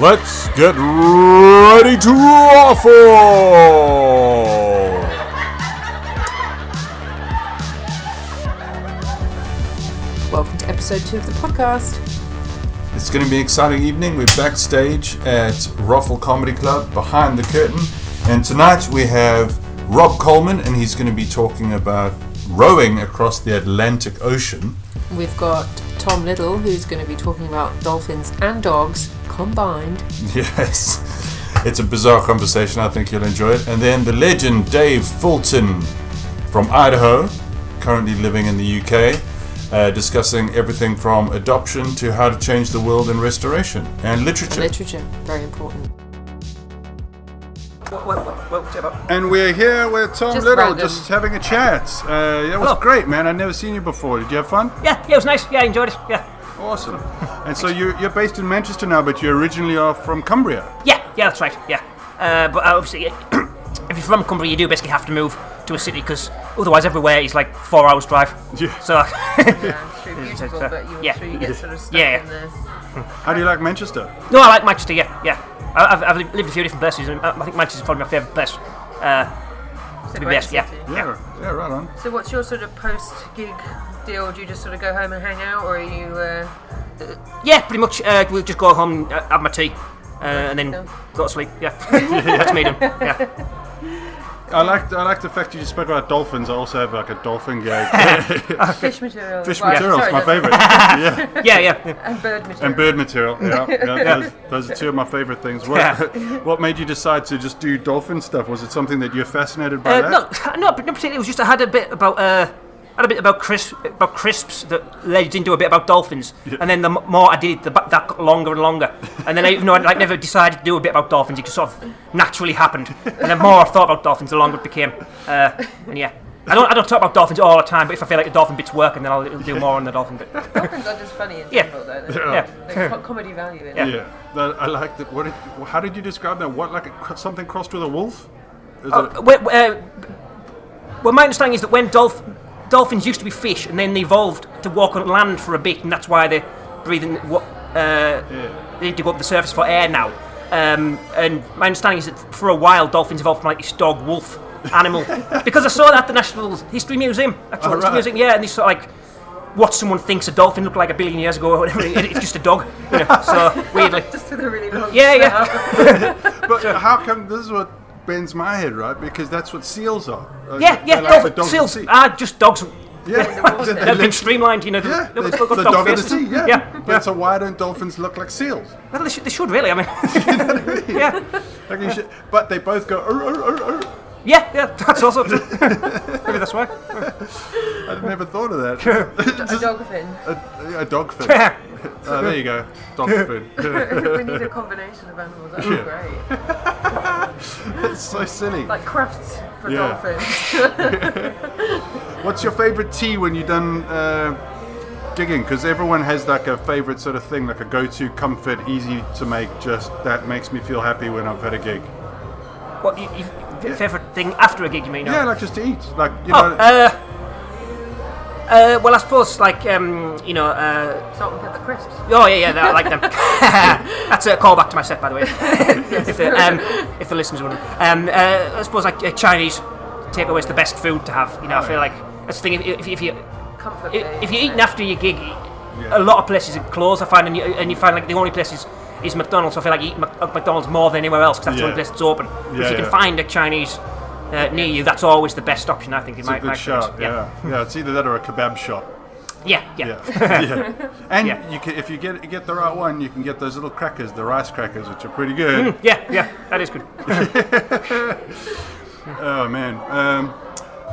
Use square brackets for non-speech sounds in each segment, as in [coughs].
Let's get ready to raffle! Welcome to episode two of the podcast. It's going to be an exciting evening. We're backstage at Ruffle Comedy Club behind the curtain. And tonight we have Rob Coleman, and he's going to be talking about rowing across the Atlantic Ocean. We've got Tom Little, who's going to be talking about dolphins and dogs combined. [laughs] Yes. It's a bizarre conversation. I think you'll enjoy it. And then the legend Dave Fulton from Idaho, currently living in the UK, uh, discussing everything from adoption to how to change the world in restoration and literature. Literature, very important. Whoa, whoa, whoa, whoa, step up. And we're here with Tom Just Little, random. just having a chat. Uh, that was Hello. great, man. I've never seen you before. Did you have fun? Yeah, yeah, it was nice. Yeah, I enjoyed it. Yeah, Awesome. [laughs] And so you, you're based in Manchester now, but you originally are from Cumbria. yeah, yeah, that's right. Yeah, uh, but obviously, [clears throat] if you're from Cumbria, you do basically have to move to a city because otherwise, everywhere is like four hours drive. Yeah. So, uh, Yeah, it's true, beautiful, but you, yeah. sure you get sort of stuck Yeah. in the. How do you like Manchester? [laughs] no, I like Manchester. Yeah, yeah. I, I've, I've lived a few different places, and uh, I I think Manchester's probably my favourite place. Uh, It's a be great best, yeah. city. Yeah, yeah, right on. So, what's your sort of post gig deal? Do you just sort of go home and hang out, or are you. Uh, yeah, pretty much. Uh, we'll just go home, and uh, have my tea, uh, and then go to sleep. Yeah, that's me done. Yeah. I like I like the fact that you spoke about dolphins. I also have like a dolphin [laughs] gag. fish material? Fish Well, material is sorry, my that's- favorite. yeah, yeah, yeah, yeah. And bird material. and bird material. Yeah, yeah, [laughs] Those, those are two of my favorite things. What, [laughs] what made you decide to just do dolphin stuff? Was it something that you're fascinated by? Uh, that? no, no, but not particularly. It was just I had a bit about uh, I had a bit about crisp, about crisps that led into a bit about dolphins, and then the m- more I did, the ba- that got longer and longer. And then I, even though I like never decided to do a bit about dolphins, it just sort of naturally happened. And the more I thought about dolphins, the longer it became. Uh, and yeah. I don't, I don't talk about dolphins all the time, but if I feel like the dolphin bit's working, then I'll do more on the dolphin bit. Dolphins are just funny in Yeah. general, though. [laughs] There's Yeah. there's co- comedy value in it. Yeah. Oh, Yeah, that, I like that. What? Did, how did you describe that? What like a, cro- something crossed with a wolf? Is Uh, it- wh- uh, well, my understanding is that when dolph- dolphins used to be fish and then they evolved to walk on land for a bit, and that's why they're breathing. What, uh, They need to go up to the surface for air now. Um, and my understanding is that for a while, dolphins evolved from like this dog wolf animal. [laughs] because I saw that at the National History Museum. Actual Oh, History right. Museum, yeah, and they sort of like what someone thinks a dolphin looked like a billion years ago or whatever. It- it's just a dog. You know, so, [laughs] weirdly. Just with a really long Yeah, yeah. snout. but how come this is what bends my head, right? Because that's what seals are. Uh, Yeah, yeah, they're like the dolphin- dog of the seals Ah. sea. are just dogs [laughs] yeah, They're They've been literally- streamlined, you know. [laughs] the- yeah, the- they're the- the the dog dog of the faces. sea. Yeah, yeah. But so why don't dolphins look like seals? Well, they should, they should really. I mean, [laughs] yeah, Like you should, but they both go. "Arr, arr, arr, arr." yeah, yeah. That's [laughs] also true. Maybe that's why. [laughs] I never thought of that. A [laughs] dolphin. a, a dog fin. [laughs] Yeah. Uh, there you go, dog [laughs] fin. we need a combination of animals. That would be great. That's [laughs] so silly. Like crafts for Yeah. dolphins. What's your favorite tea when you're done uh, gigging? Because everyone has like a favorite sort of thing, like a go-to comfort, easy to make. Just that makes me feel happy when I've had a gig. What you, you, favorite thing after a gig? You mean? Yeah, like just to eat, like you Oh, know. uh, uh, well, I suppose like um, you know. Uh, Salt and pepper crisps. oh yeah, yeah. that- I like them. [laughs] that's a callback to my set, by the way. [laughs] if, the, um, if the listeners wondering, um, uh, I suppose like uh, Chinese takeaway is the best food to have. You know, I feel like that's the thing. If, if, if you Comfort I- food. if you're eating after your gig, a lot of places are closed. I find, and you, and you find like the only places is McDonald's. So I feel like you eat Mc- at McDonald's more than anywhere else because that's the Yeah. only place that's open. if Yeah, you can yeah. find a Chinese uh, near you, that's always the best option. I think in it's my, a my good experience. shot. Yeah. yeah, it's either that or a kebab shop. yeah, yeah, [laughs] Yeah, yeah. yeah. And Yeah. you can, if you get get the right one, you can get those little crackers, the rice crackers, which are pretty good. Yeah, yeah, that is good. Oh man. Um,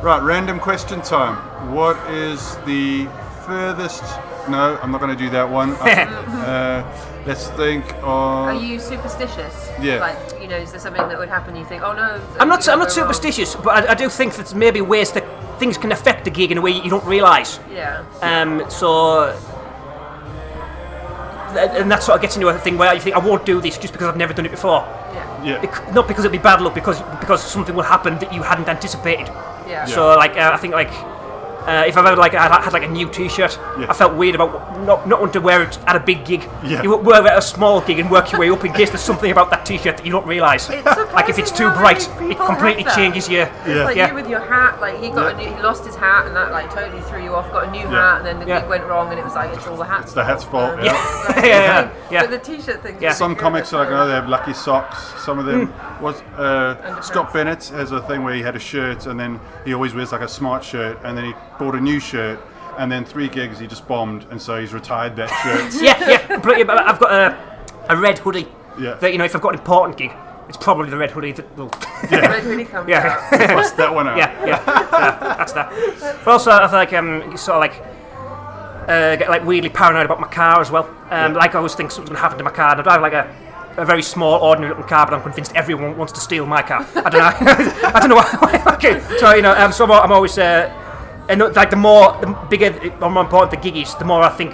right, random question time. What is the furthest? No, I'm not going to do that one. I- uh, let's think Are of. you superstitious? Yeah. Like, you know, is there something that would happen you think, oh no. it's- I'm it's not, gonna go I'm not wrong? superstitious, but I, I do think that maybe ways that things can affect the gig in a way you don't realise. Yeah. Um, so, th- and that sort of gets into a thing where you think I won't do this just because I've never done it before. Yeah. Yeah. Bec- not because it'd be bad luck, because because something will happen that you hadn't anticipated. Yeah. So like uh, I think like Uh, if I've ever like I had like a new T-shirt, Yeah. I felt weird about not not wanting to wear it at a big gig. Yeah. You wear it at a small gig and work your way up in case there's something about that T-shirt that you don't realise. Like if surprising it's too how bright, many it people completely have that. changes your. Yeah. It's like Yeah. you with your hat, like he got Yeah. a new, he lost his hat and that like totally threw you off. Got a new Yeah. hat and then the Yeah. gig went wrong and it was like it's all the hat's It's the hat's fault. [laughs] Yeah. Like, it's Yeah, like- [laughs] yeah. But the t-shirt thing. Yeah. Some comics are like, "Oh, no, they have lucky socks. Some of them was uh, Underpants. Scott Bennett has a thing where he had a shirt and then he always wears like a smart shirt and then he bought a new shirt and then three gigs he just bombed and so he's retired that [laughs] shirt. yeah, yeah, [laughs] completely. But I've got a, a red hoodie. Yeah. That you know, if I've got an important gig, it's probably the red hoodie that will. Red hoodie comes Yeah. out. Bust that one out. yeah, yeah, yeah, that's that. But also, I feel like um, you sort of like uh, get like weirdly paranoid about my car as well. Um, Like I always think something's gonna happen to my car. And I drive like a, a very small, ordinary looking car, but I'm convinced everyone wants to steal my car. I don't know. [laughs] I don't know why. [laughs] okay, so you know, um, so I'm, al- I'm always uh, and uh, like the more, the bigger uh, or more important the gig is, the more I think.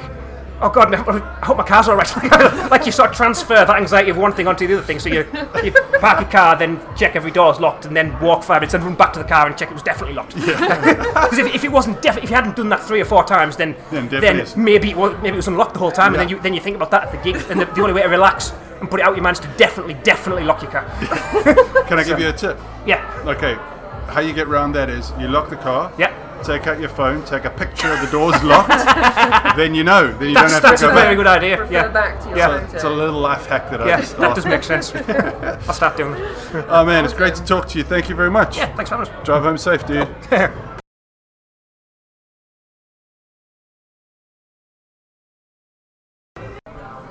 Oh God! I hope my car's all right. [laughs] like you sort of transfer that anxiety of one thing onto the other thing. So you, you park your car, then check every door's locked, and then walk five minutes, and run back to the car and check it was definitely locked. [laughs] Because if, if it wasn't, defi- if you hadn't done that three or four times, then Then then, definitely it's- maybe it was maybe it was unlocked the whole time, and then Yeah. you then you think about that at the gig, and the, the only way to relax and put it out your mind is to definitely definitely lock your car. Can I give you a tip? Yeah, Okay, how you get round that is you lock the car. yeah. Take out your phone, take a picture of the doors [laughs] locked, then you know. Then you don't That's, have that's to a go very back. good idea. Refer Yeah, back to your Yeah. photo. It's a little life hack that I yeah. just That does thought. make [laughs] sense. I'll start doing. It. Oh man, it's great to talk to you. Thank you very much. Yeah, thanks for having us. Drive home safe, dude.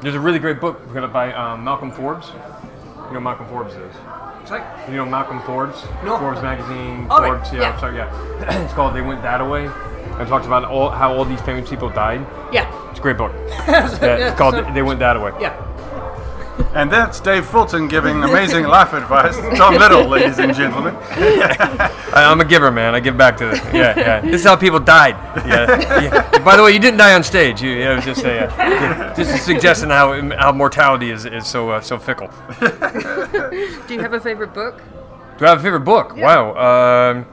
There's a really great book written by um, Malcolm Forbes. You know who Malcolm Forbs is. Sorry. You know Malcolm Forbes? No. Forbes magazine. Oh, right. Forbes, yeah, Yeah. sorry, yeah. it's called They Went That Away. And it talks about all, how all these famous people died. Yeah, It's a [laughs] great book. Yeah, it's called They Went That Away. yeah. And that's Dave Fulton giving amazing life advice. Tom Little, ladies and gentlemen. I, I'm a giver, man. I give back [laughs] to this. Yeah, yeah. This is how people died. Yeah. yeah. By the way, you didn't die on stage. You, yeah, it was just [laughs] a, uh, yeah, just suggesting how how mortality is, is so uh, so fickle. Do you have a favorite book? Do I have a favorite book? Wow. Um,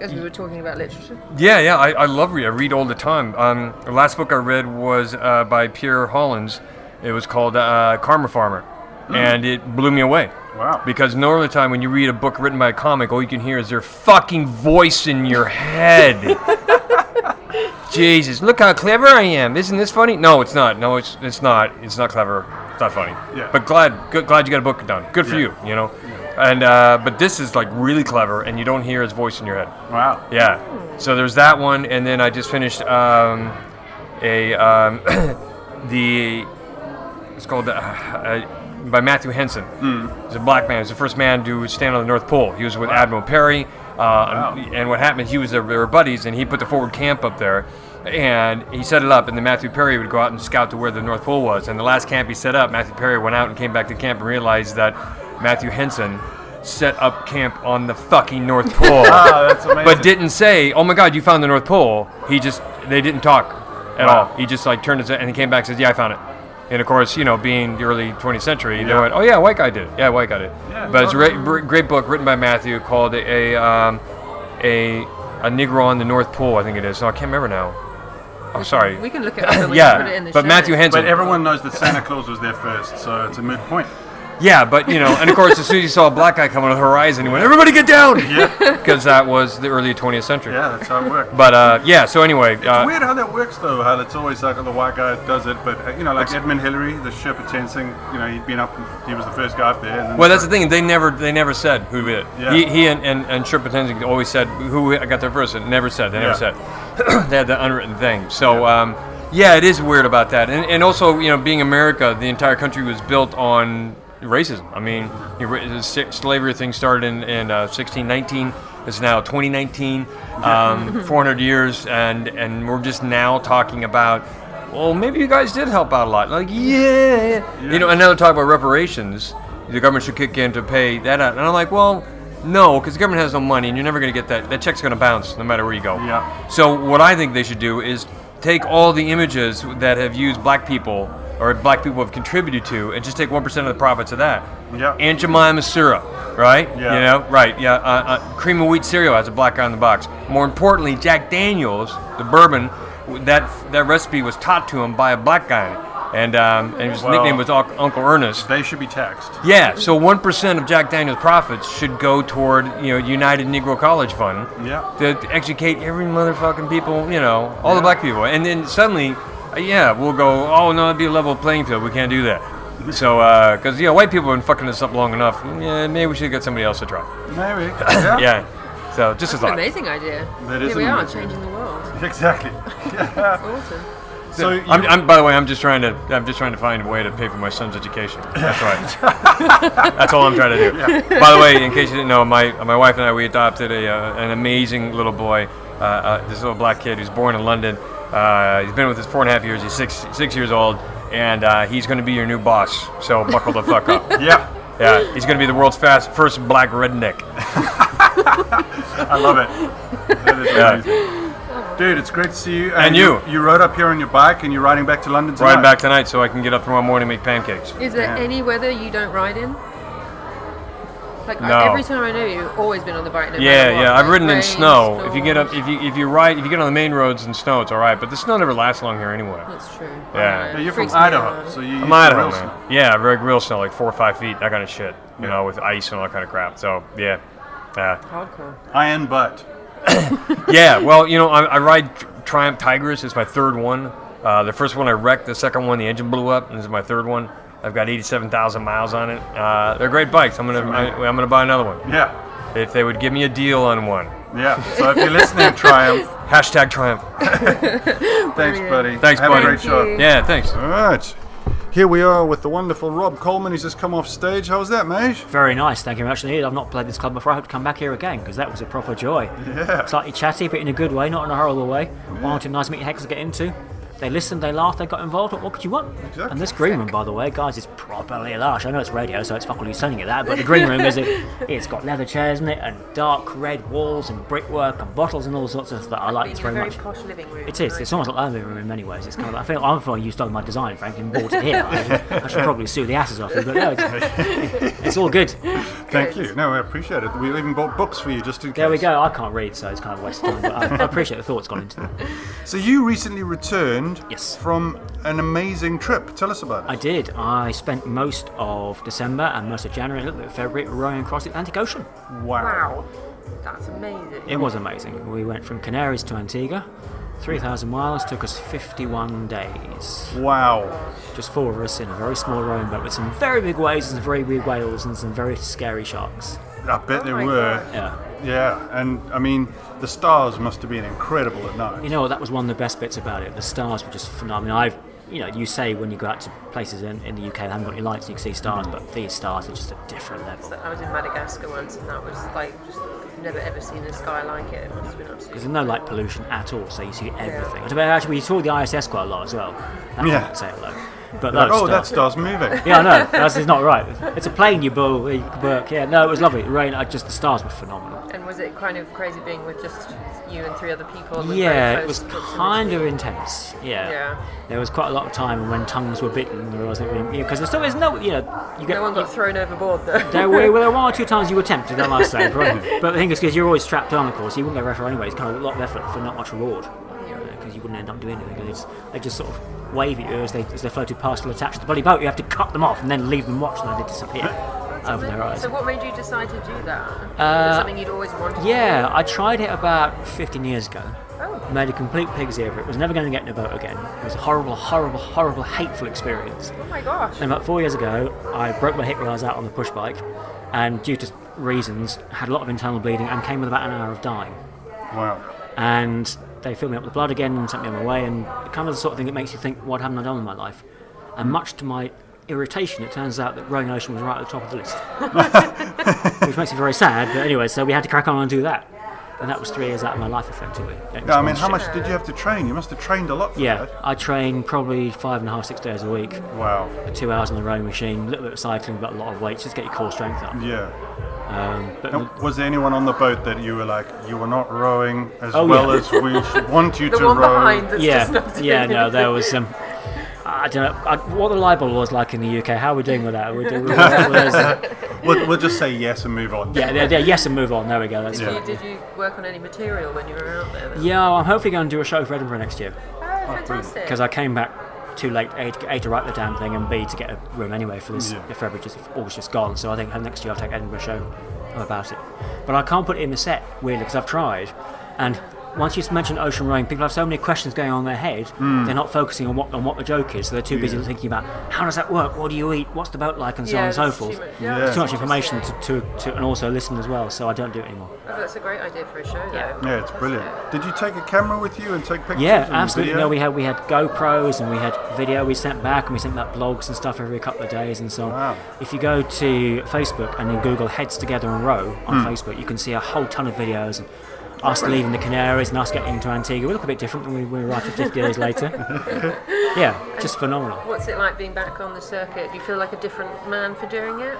As we were talking about literature. Yeah, yeah, I, I love read. I read all the time. Um, the last book I read was uh, by Pierre Hollins. It was called uh, Karma Farmer, and it blew me away. Hmm. Wow. Because normally the time when you read a book written by a comic, all you can hear is their fucking voice in [laughs] your head. Jesus, look how clever I am! Isn't this funny? No, it's not. No, it's it's not. It's not clever. It's not funny. Yeah. But glad good, glad you got a book done. Good for Yeah. you. You know. And uh, but this is like really clever, and you don't hear his voice in your head. Wow. Yeah. So there's that one, and then I just finished um, a um, [coughs] the it's called uh, uh, by Matthew Henson. Mm. He's a black man. He's the first man to stand on the North Pole. He was with Admiral Perry. Uh, And what happened? He was their, they were buddies, and he put the forward camp up there. And he set it up, and then Matthew Perry would go out and scout to where the North Pole was. And the last camp he set up, Matthew Perry went out and came back to camp and realized that Matthew Henson set up camp on the fucking North Pole. Oh, that's amazing. but didn't say, "Oh my God, you found the North Pole." He just they didn't talk at Wow. all. He just like turned his head and he came back and says, "Yeah, I found it." And of course, you know, being the early 20th century, they Yeah. went, "Oh yeah, white guy did it. Yeah, white guy did it." Yeah, but it's a okay. great, great book written by Matthew called a um, a a Negro on the North Pole, I think it is. No, I can't remember now. I'm sorry. We can look it up and we [laughs] can put it in yeah, the but show Matthew notes. Henson. But everyone knows that Santa Claus was there first, so it's a moot point. Yeah, but you know, and of course, as soon as he saw a black guy coming on the horizon, he went, "Everybody get [laughs] down!" Yeah. because that was the early 20th century. Yeah, that's how it works. But uh, yeah, so anyway, uh, It's weird how that works, though. How it's always like the white guy does it, but uh, you know, like Edmund Hillary, the ship at Tensing, you know, he'd been up, he was the first guy up there. And then Well, that's the thing. They never, they never said who did it. Yeah. He, he and and, and Trip Attending always said who got there first. And never said. They never Yeah. said. [clears throat] they had that unwritten thing. So, yeah. Um, yeah, it is weird about that. And and also, you know, being America, the entire country was built on racism. I mean, you ra- the sa- slavery thing started in in uh, 1619. It's now 2019. Um, 400 years, and and we're just now talking about. Well, maybe you guys did help out a lot. Like, yeah. You know, and now they talk about reparations. The government should kick in to pay that out. And I'm like, well, no, because the government has no money, and you're never going to get that. That check's going to bounce no matter where you go. Yeah. So what I think they should do is take all the images that have used black people or black people have contributed to, and just take one percent of the profits of that. Yeah. Aunt Jemima syrup, right? Yeah. You know, right? Yeah. Uh, uh, cream of wheat cereal has a black guy on the box. More importantly, Jack Daniels, the bourbon, w- that that recipe was taught to him by a black guy, and um, and his Well- nickname was Unc- Uncle Ernest. They should be taxed. Yeah, so one percent of Jack Daniel's profits should go toward you know United Negro College Fund. Yeah. To, to educate every motherfucking people, you know, all the black people, and then suddenly, uh, yeah, we'll go. Oh no, it'd be a level playing field. We can't do that. So, because you know, white people have been fucking this up long enough. Yeah, maybe we should get somebody else to try. Maybe. [laughs] Yeah. Yeah. So just as An thought. amazing idea. That Here is we an are amazing- changing the world. Exactly. It's awesome. So you, I'm, I'm, by the way, I'm just trying to. I'm just trying to find a way to pay for my son's education. That's right. [laughs] That's all I'm trying to do. By the way, in case you didn't know, my my wife and I we adopted a uh, an amazing little boy. Uh, uh, this little black kid who's born in London. Uh, he's been with us four and a half years. He's six six years old, and uh, he's going to be your new boss. So buckle the [laughs] fuck up. yeah, Yeah, he's going to be the world's fast first black redneck. I love [laughs] it. That is Yeah. amazing. Dude, it's great to see you. And you. you. rode up here on your bike and you're riding back to London tonight. Riding back tonight so I can get up tomorrow morning and make pancakes. Is there Yeah. any weather you don't ride in? Like No. I, every time I know you, you've always been on the bike. No Yeah, matter what, yeah. I've like ridden in rain, snow. If you get up, storms. if you if you ride, if you get on the main roads in snow, it's all right. But the snow never lasts long here anyway. that's true. Yeah. I know, Yeah, it you're from freaks me Idaho, out. so you. used I'm to Idaho, real snow. man. Yeah, very real snow, like four or five feet, that kind of shit. You Yeah. know, with ice and all that kind of crap. So yeah, yeah, Hardcore. Iron butt. yeah. Well, you know, I, I ride Tri- Triumph Tigers. It's my third one. Uh, the first one I wrecked. The second one, the engine blew up, and this is my third one. I've got 87,000 miles on it. Uh, they're great bikes. I'm gonna, I, I'm gonna buy another one Yeah, if they would give me a deal on one. yeah. So if you're [laughs] listening, [laughs] Triumph, Hashtag Triumph. thanks, buddy. Thanks, Have buddy. a great show. Yeah, thanks. All right. Here we are with the wonderful Rob Coleman. He's just come off stage. How was that, mate? Very nice, thank you very much indeed. I've not played this club before. I hope to come back here again because that was a proper joy. Yeah. Slightly chatty, but in a good way, not in a horrible way. One or two nice meeting hecklers to get into. They listened, they laughed, they got involved. What, what could you want? Exactly. And this green room, by the way, guys, is properly lush. I know it's radio, so it's fuck all you selling it that, but the green room is it. It's got leather chairs in it, and dark red walls, and brickwork, and bottles, and all sorts of stuff. I like Being this a very very much. posh living room. It is. It's almost like living room in many ways. It's kind of. I feel I'm feeling you stole my design, Frank, and bought it here. I should, I should probably sue the asses off you, but no, it's, it's all good. Thank you. No, I appreciate it. We even bought books for you just in case. There we go. I can't read, so it's kind of a waste of time. But um, I, I appreciate the thought's gone into that. So you recently returned Yes. from an amazing trip. Tell us about it. I did. I spent most of December and most of January, and a little bit of February, rowing across the Atlantic Ocean. Wow, that's amazing. It was amazing. We went from Canaries to Antigua. 3,000 miles took us 51 days. Wow. Just four of us in a very small rowing boat with some very big waves and some very big whales and some very scary sharks. I Oh bet there my were. Yeah. Yeah, and I mean, the stars must have been incredible at night. You know what? That was one of the best bits about it. The stars were just phenomenal. I've, you know, you say when you go out to places in, in the UK, they haven't got any lights and you can see stars, but these stars are just a different level. I was in Madagascar once, and that was like just I've never ever seen a sky like it. It must have been There's absolutely. no light pollution at all, so you see everything. But Actually, we saw the ISS quite a lot as well. That Yeah. yeah. Say hello. But Like, those oh, that stars. star's moving. yeah, I know. That's it's not right. It's a plane, you bull. You work. Yeah, no, it was lovely. The rain, I just the stars were phenomenal. And was it kind of crazy being with just you and three other people? with very yeah, it was close proximity? kind of intense. Yeah. Yeah. There was quite a lot of time when tongues were bitten. There wasn't because there's always no, you know, you get No one got thrown overboard though. [laughs] There were, well, there were one or two times you were tempted, I must say. But, but the thing is, because you're always strapped on, of course, you wouldn't go refer anyway. It's kind of a lot of effort for not much reward. Because you wouldn't end up doing anything. It's, they just sort of wave at you as they, as they floated past and attached to the bloody boat. You have to cut them off and then leave them watch them as [laughs] they disappear over their eyes. So what made you decide to do that? Was it Uh, something you'd always wanted. Yeah, I tried it about 15 years ago. Oh. Made a complete pig's ear of it. Was never going to get in a boat again. It was a horrible, horrible, horrible, hateful experience. To do? Oh my gosh. And about four years ago, I broke my hip when I was out on the push bike, and due to reasons, had a lot of internal bleeding and came with about an hour of dying. Wow. And they filled me up with blood again and sent me on my way, and kind of the sort of thing that makes you think, what haven't I done with my life? And much to my irritation, it turns out that rowing ocean was right at the top of the list, [laughs] which makes me very sad. But anyway, so we had to crack on and do that, and that was three years out of my life effectively. It was No, I mean, how bullshit. much did you have to train? You must have trained a lot for Yeah, that. I train probably five and a half, six days a week, Wow. two hours on the rowing machine, a little bit of cycling, but a lot of weights, just get your core strength Mm. up. Um, Yeah. But Now, was there anyone on the boat that you were like, you were not rowing as Oh, well yeah. as we should want you the to one row? behind. That's just [laughs] yeah, not doing yeah, no, anything. there was. Um, I don't know I, what the libel was like in the UK. How are we doing with that? Are [laughs] we doing, yeah, We'll, we'll just say yes and move on. yeah, yeah, yes, and move on. There we go. That's Did yeah. you, did you work on any material when you were out there? then? yeah, I'm hopefully going to do a show for Edinburgh next year Oh, fantastic. because I came back too late a, a to write the damn thing and b to get a room anyway for this Yeah. for February just August just gone. So I think next year I'll take Edinburgh show about it, but I can't put it in the set weirdly because I've tried and. Once you mention Ocean Rain, people have so many questions going on in their head. They're not focusing on what on what the joke is. So they're too busy thinking about how does that work, what do you eat, what's the boat like, and so on and so that's forth. too much- Yeah. that's too much information Yeah. to, to, to and also listen as well. So I don't do it anymore. Oh, that's a great idea for a show, though. Yeah, it's brilliant. Did you take a camera with you and take pictures? Yeah, and absolutely. video? No, we had we had GoPros and we had video we sent back and we sent back blogs and stuff every couple of days and so on. Wow. If you go to Facebook and then Google Heads Together and Row on Hmm. Facebook, you can see a whole ton of videos and us leaving the Canaries and us getting into Antigua. We look a bit different when we, we arrived 50 [laughs] days later. yeah, just phenomenal. What's it like being back on the circuit? Do you feel like a different man for doing it?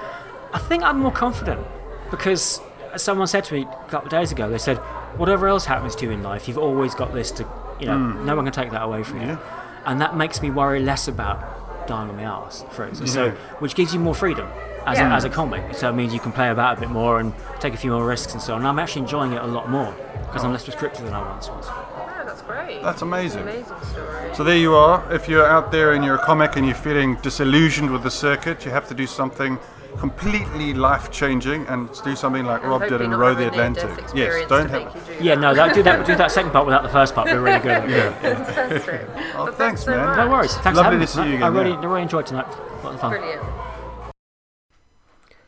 I think I'm more confident because as someone said to me a couple of days ago, they said, whatever else happens to you in life, you've always got this to, you know, Mm. no one can take that away from you. And that makes me worry less about dying on my ass, for instance. So, which gives you more freedom as, Yeah. a, as a comic. So it means you can play about a bit more and take a few more risks and so on. And I'm actually enjoying it a lot more because I'm less prescriptive than I once was. Oh, that's great. That's amazing. Amazing story. So there you are. If you're out there and you're a comic and you're feeling disillusioned with the circuit, you have to do something completely life-changing and do something like Rob did hopefully and not row have the a near-death Atlantic. Yes, experience don't to have. make you do Yeah, that. no, that, do that do that second part without the first part. We're really good. At it. [laughs] Fantastic. Oh, Well, thanks, so man. much. No worries. Thanks for Lovely having to me. see you I- I again, really, yeah. I really enjoyed tonight. What fun. Brilliant.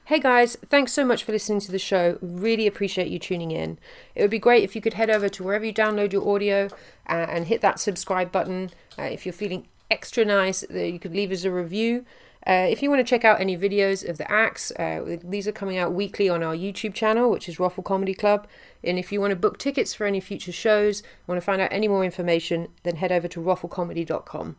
Hey guys, thanks so much for listening to the show. Really appreciate you tuning in. It would be great if you could head over to wherever you download your audio uh, and hit that subscribe button. Uh, if you're feeling extra nice, uh, you could leave us a review. Uh, if you want to check out any videos of the acts, uh, these are coming out weekly on our YouTube channel, which is Ruffle Comedy Club. And if you want to book tickets for any future shows, want to find out any more information, then head over to rufflecomedy.com.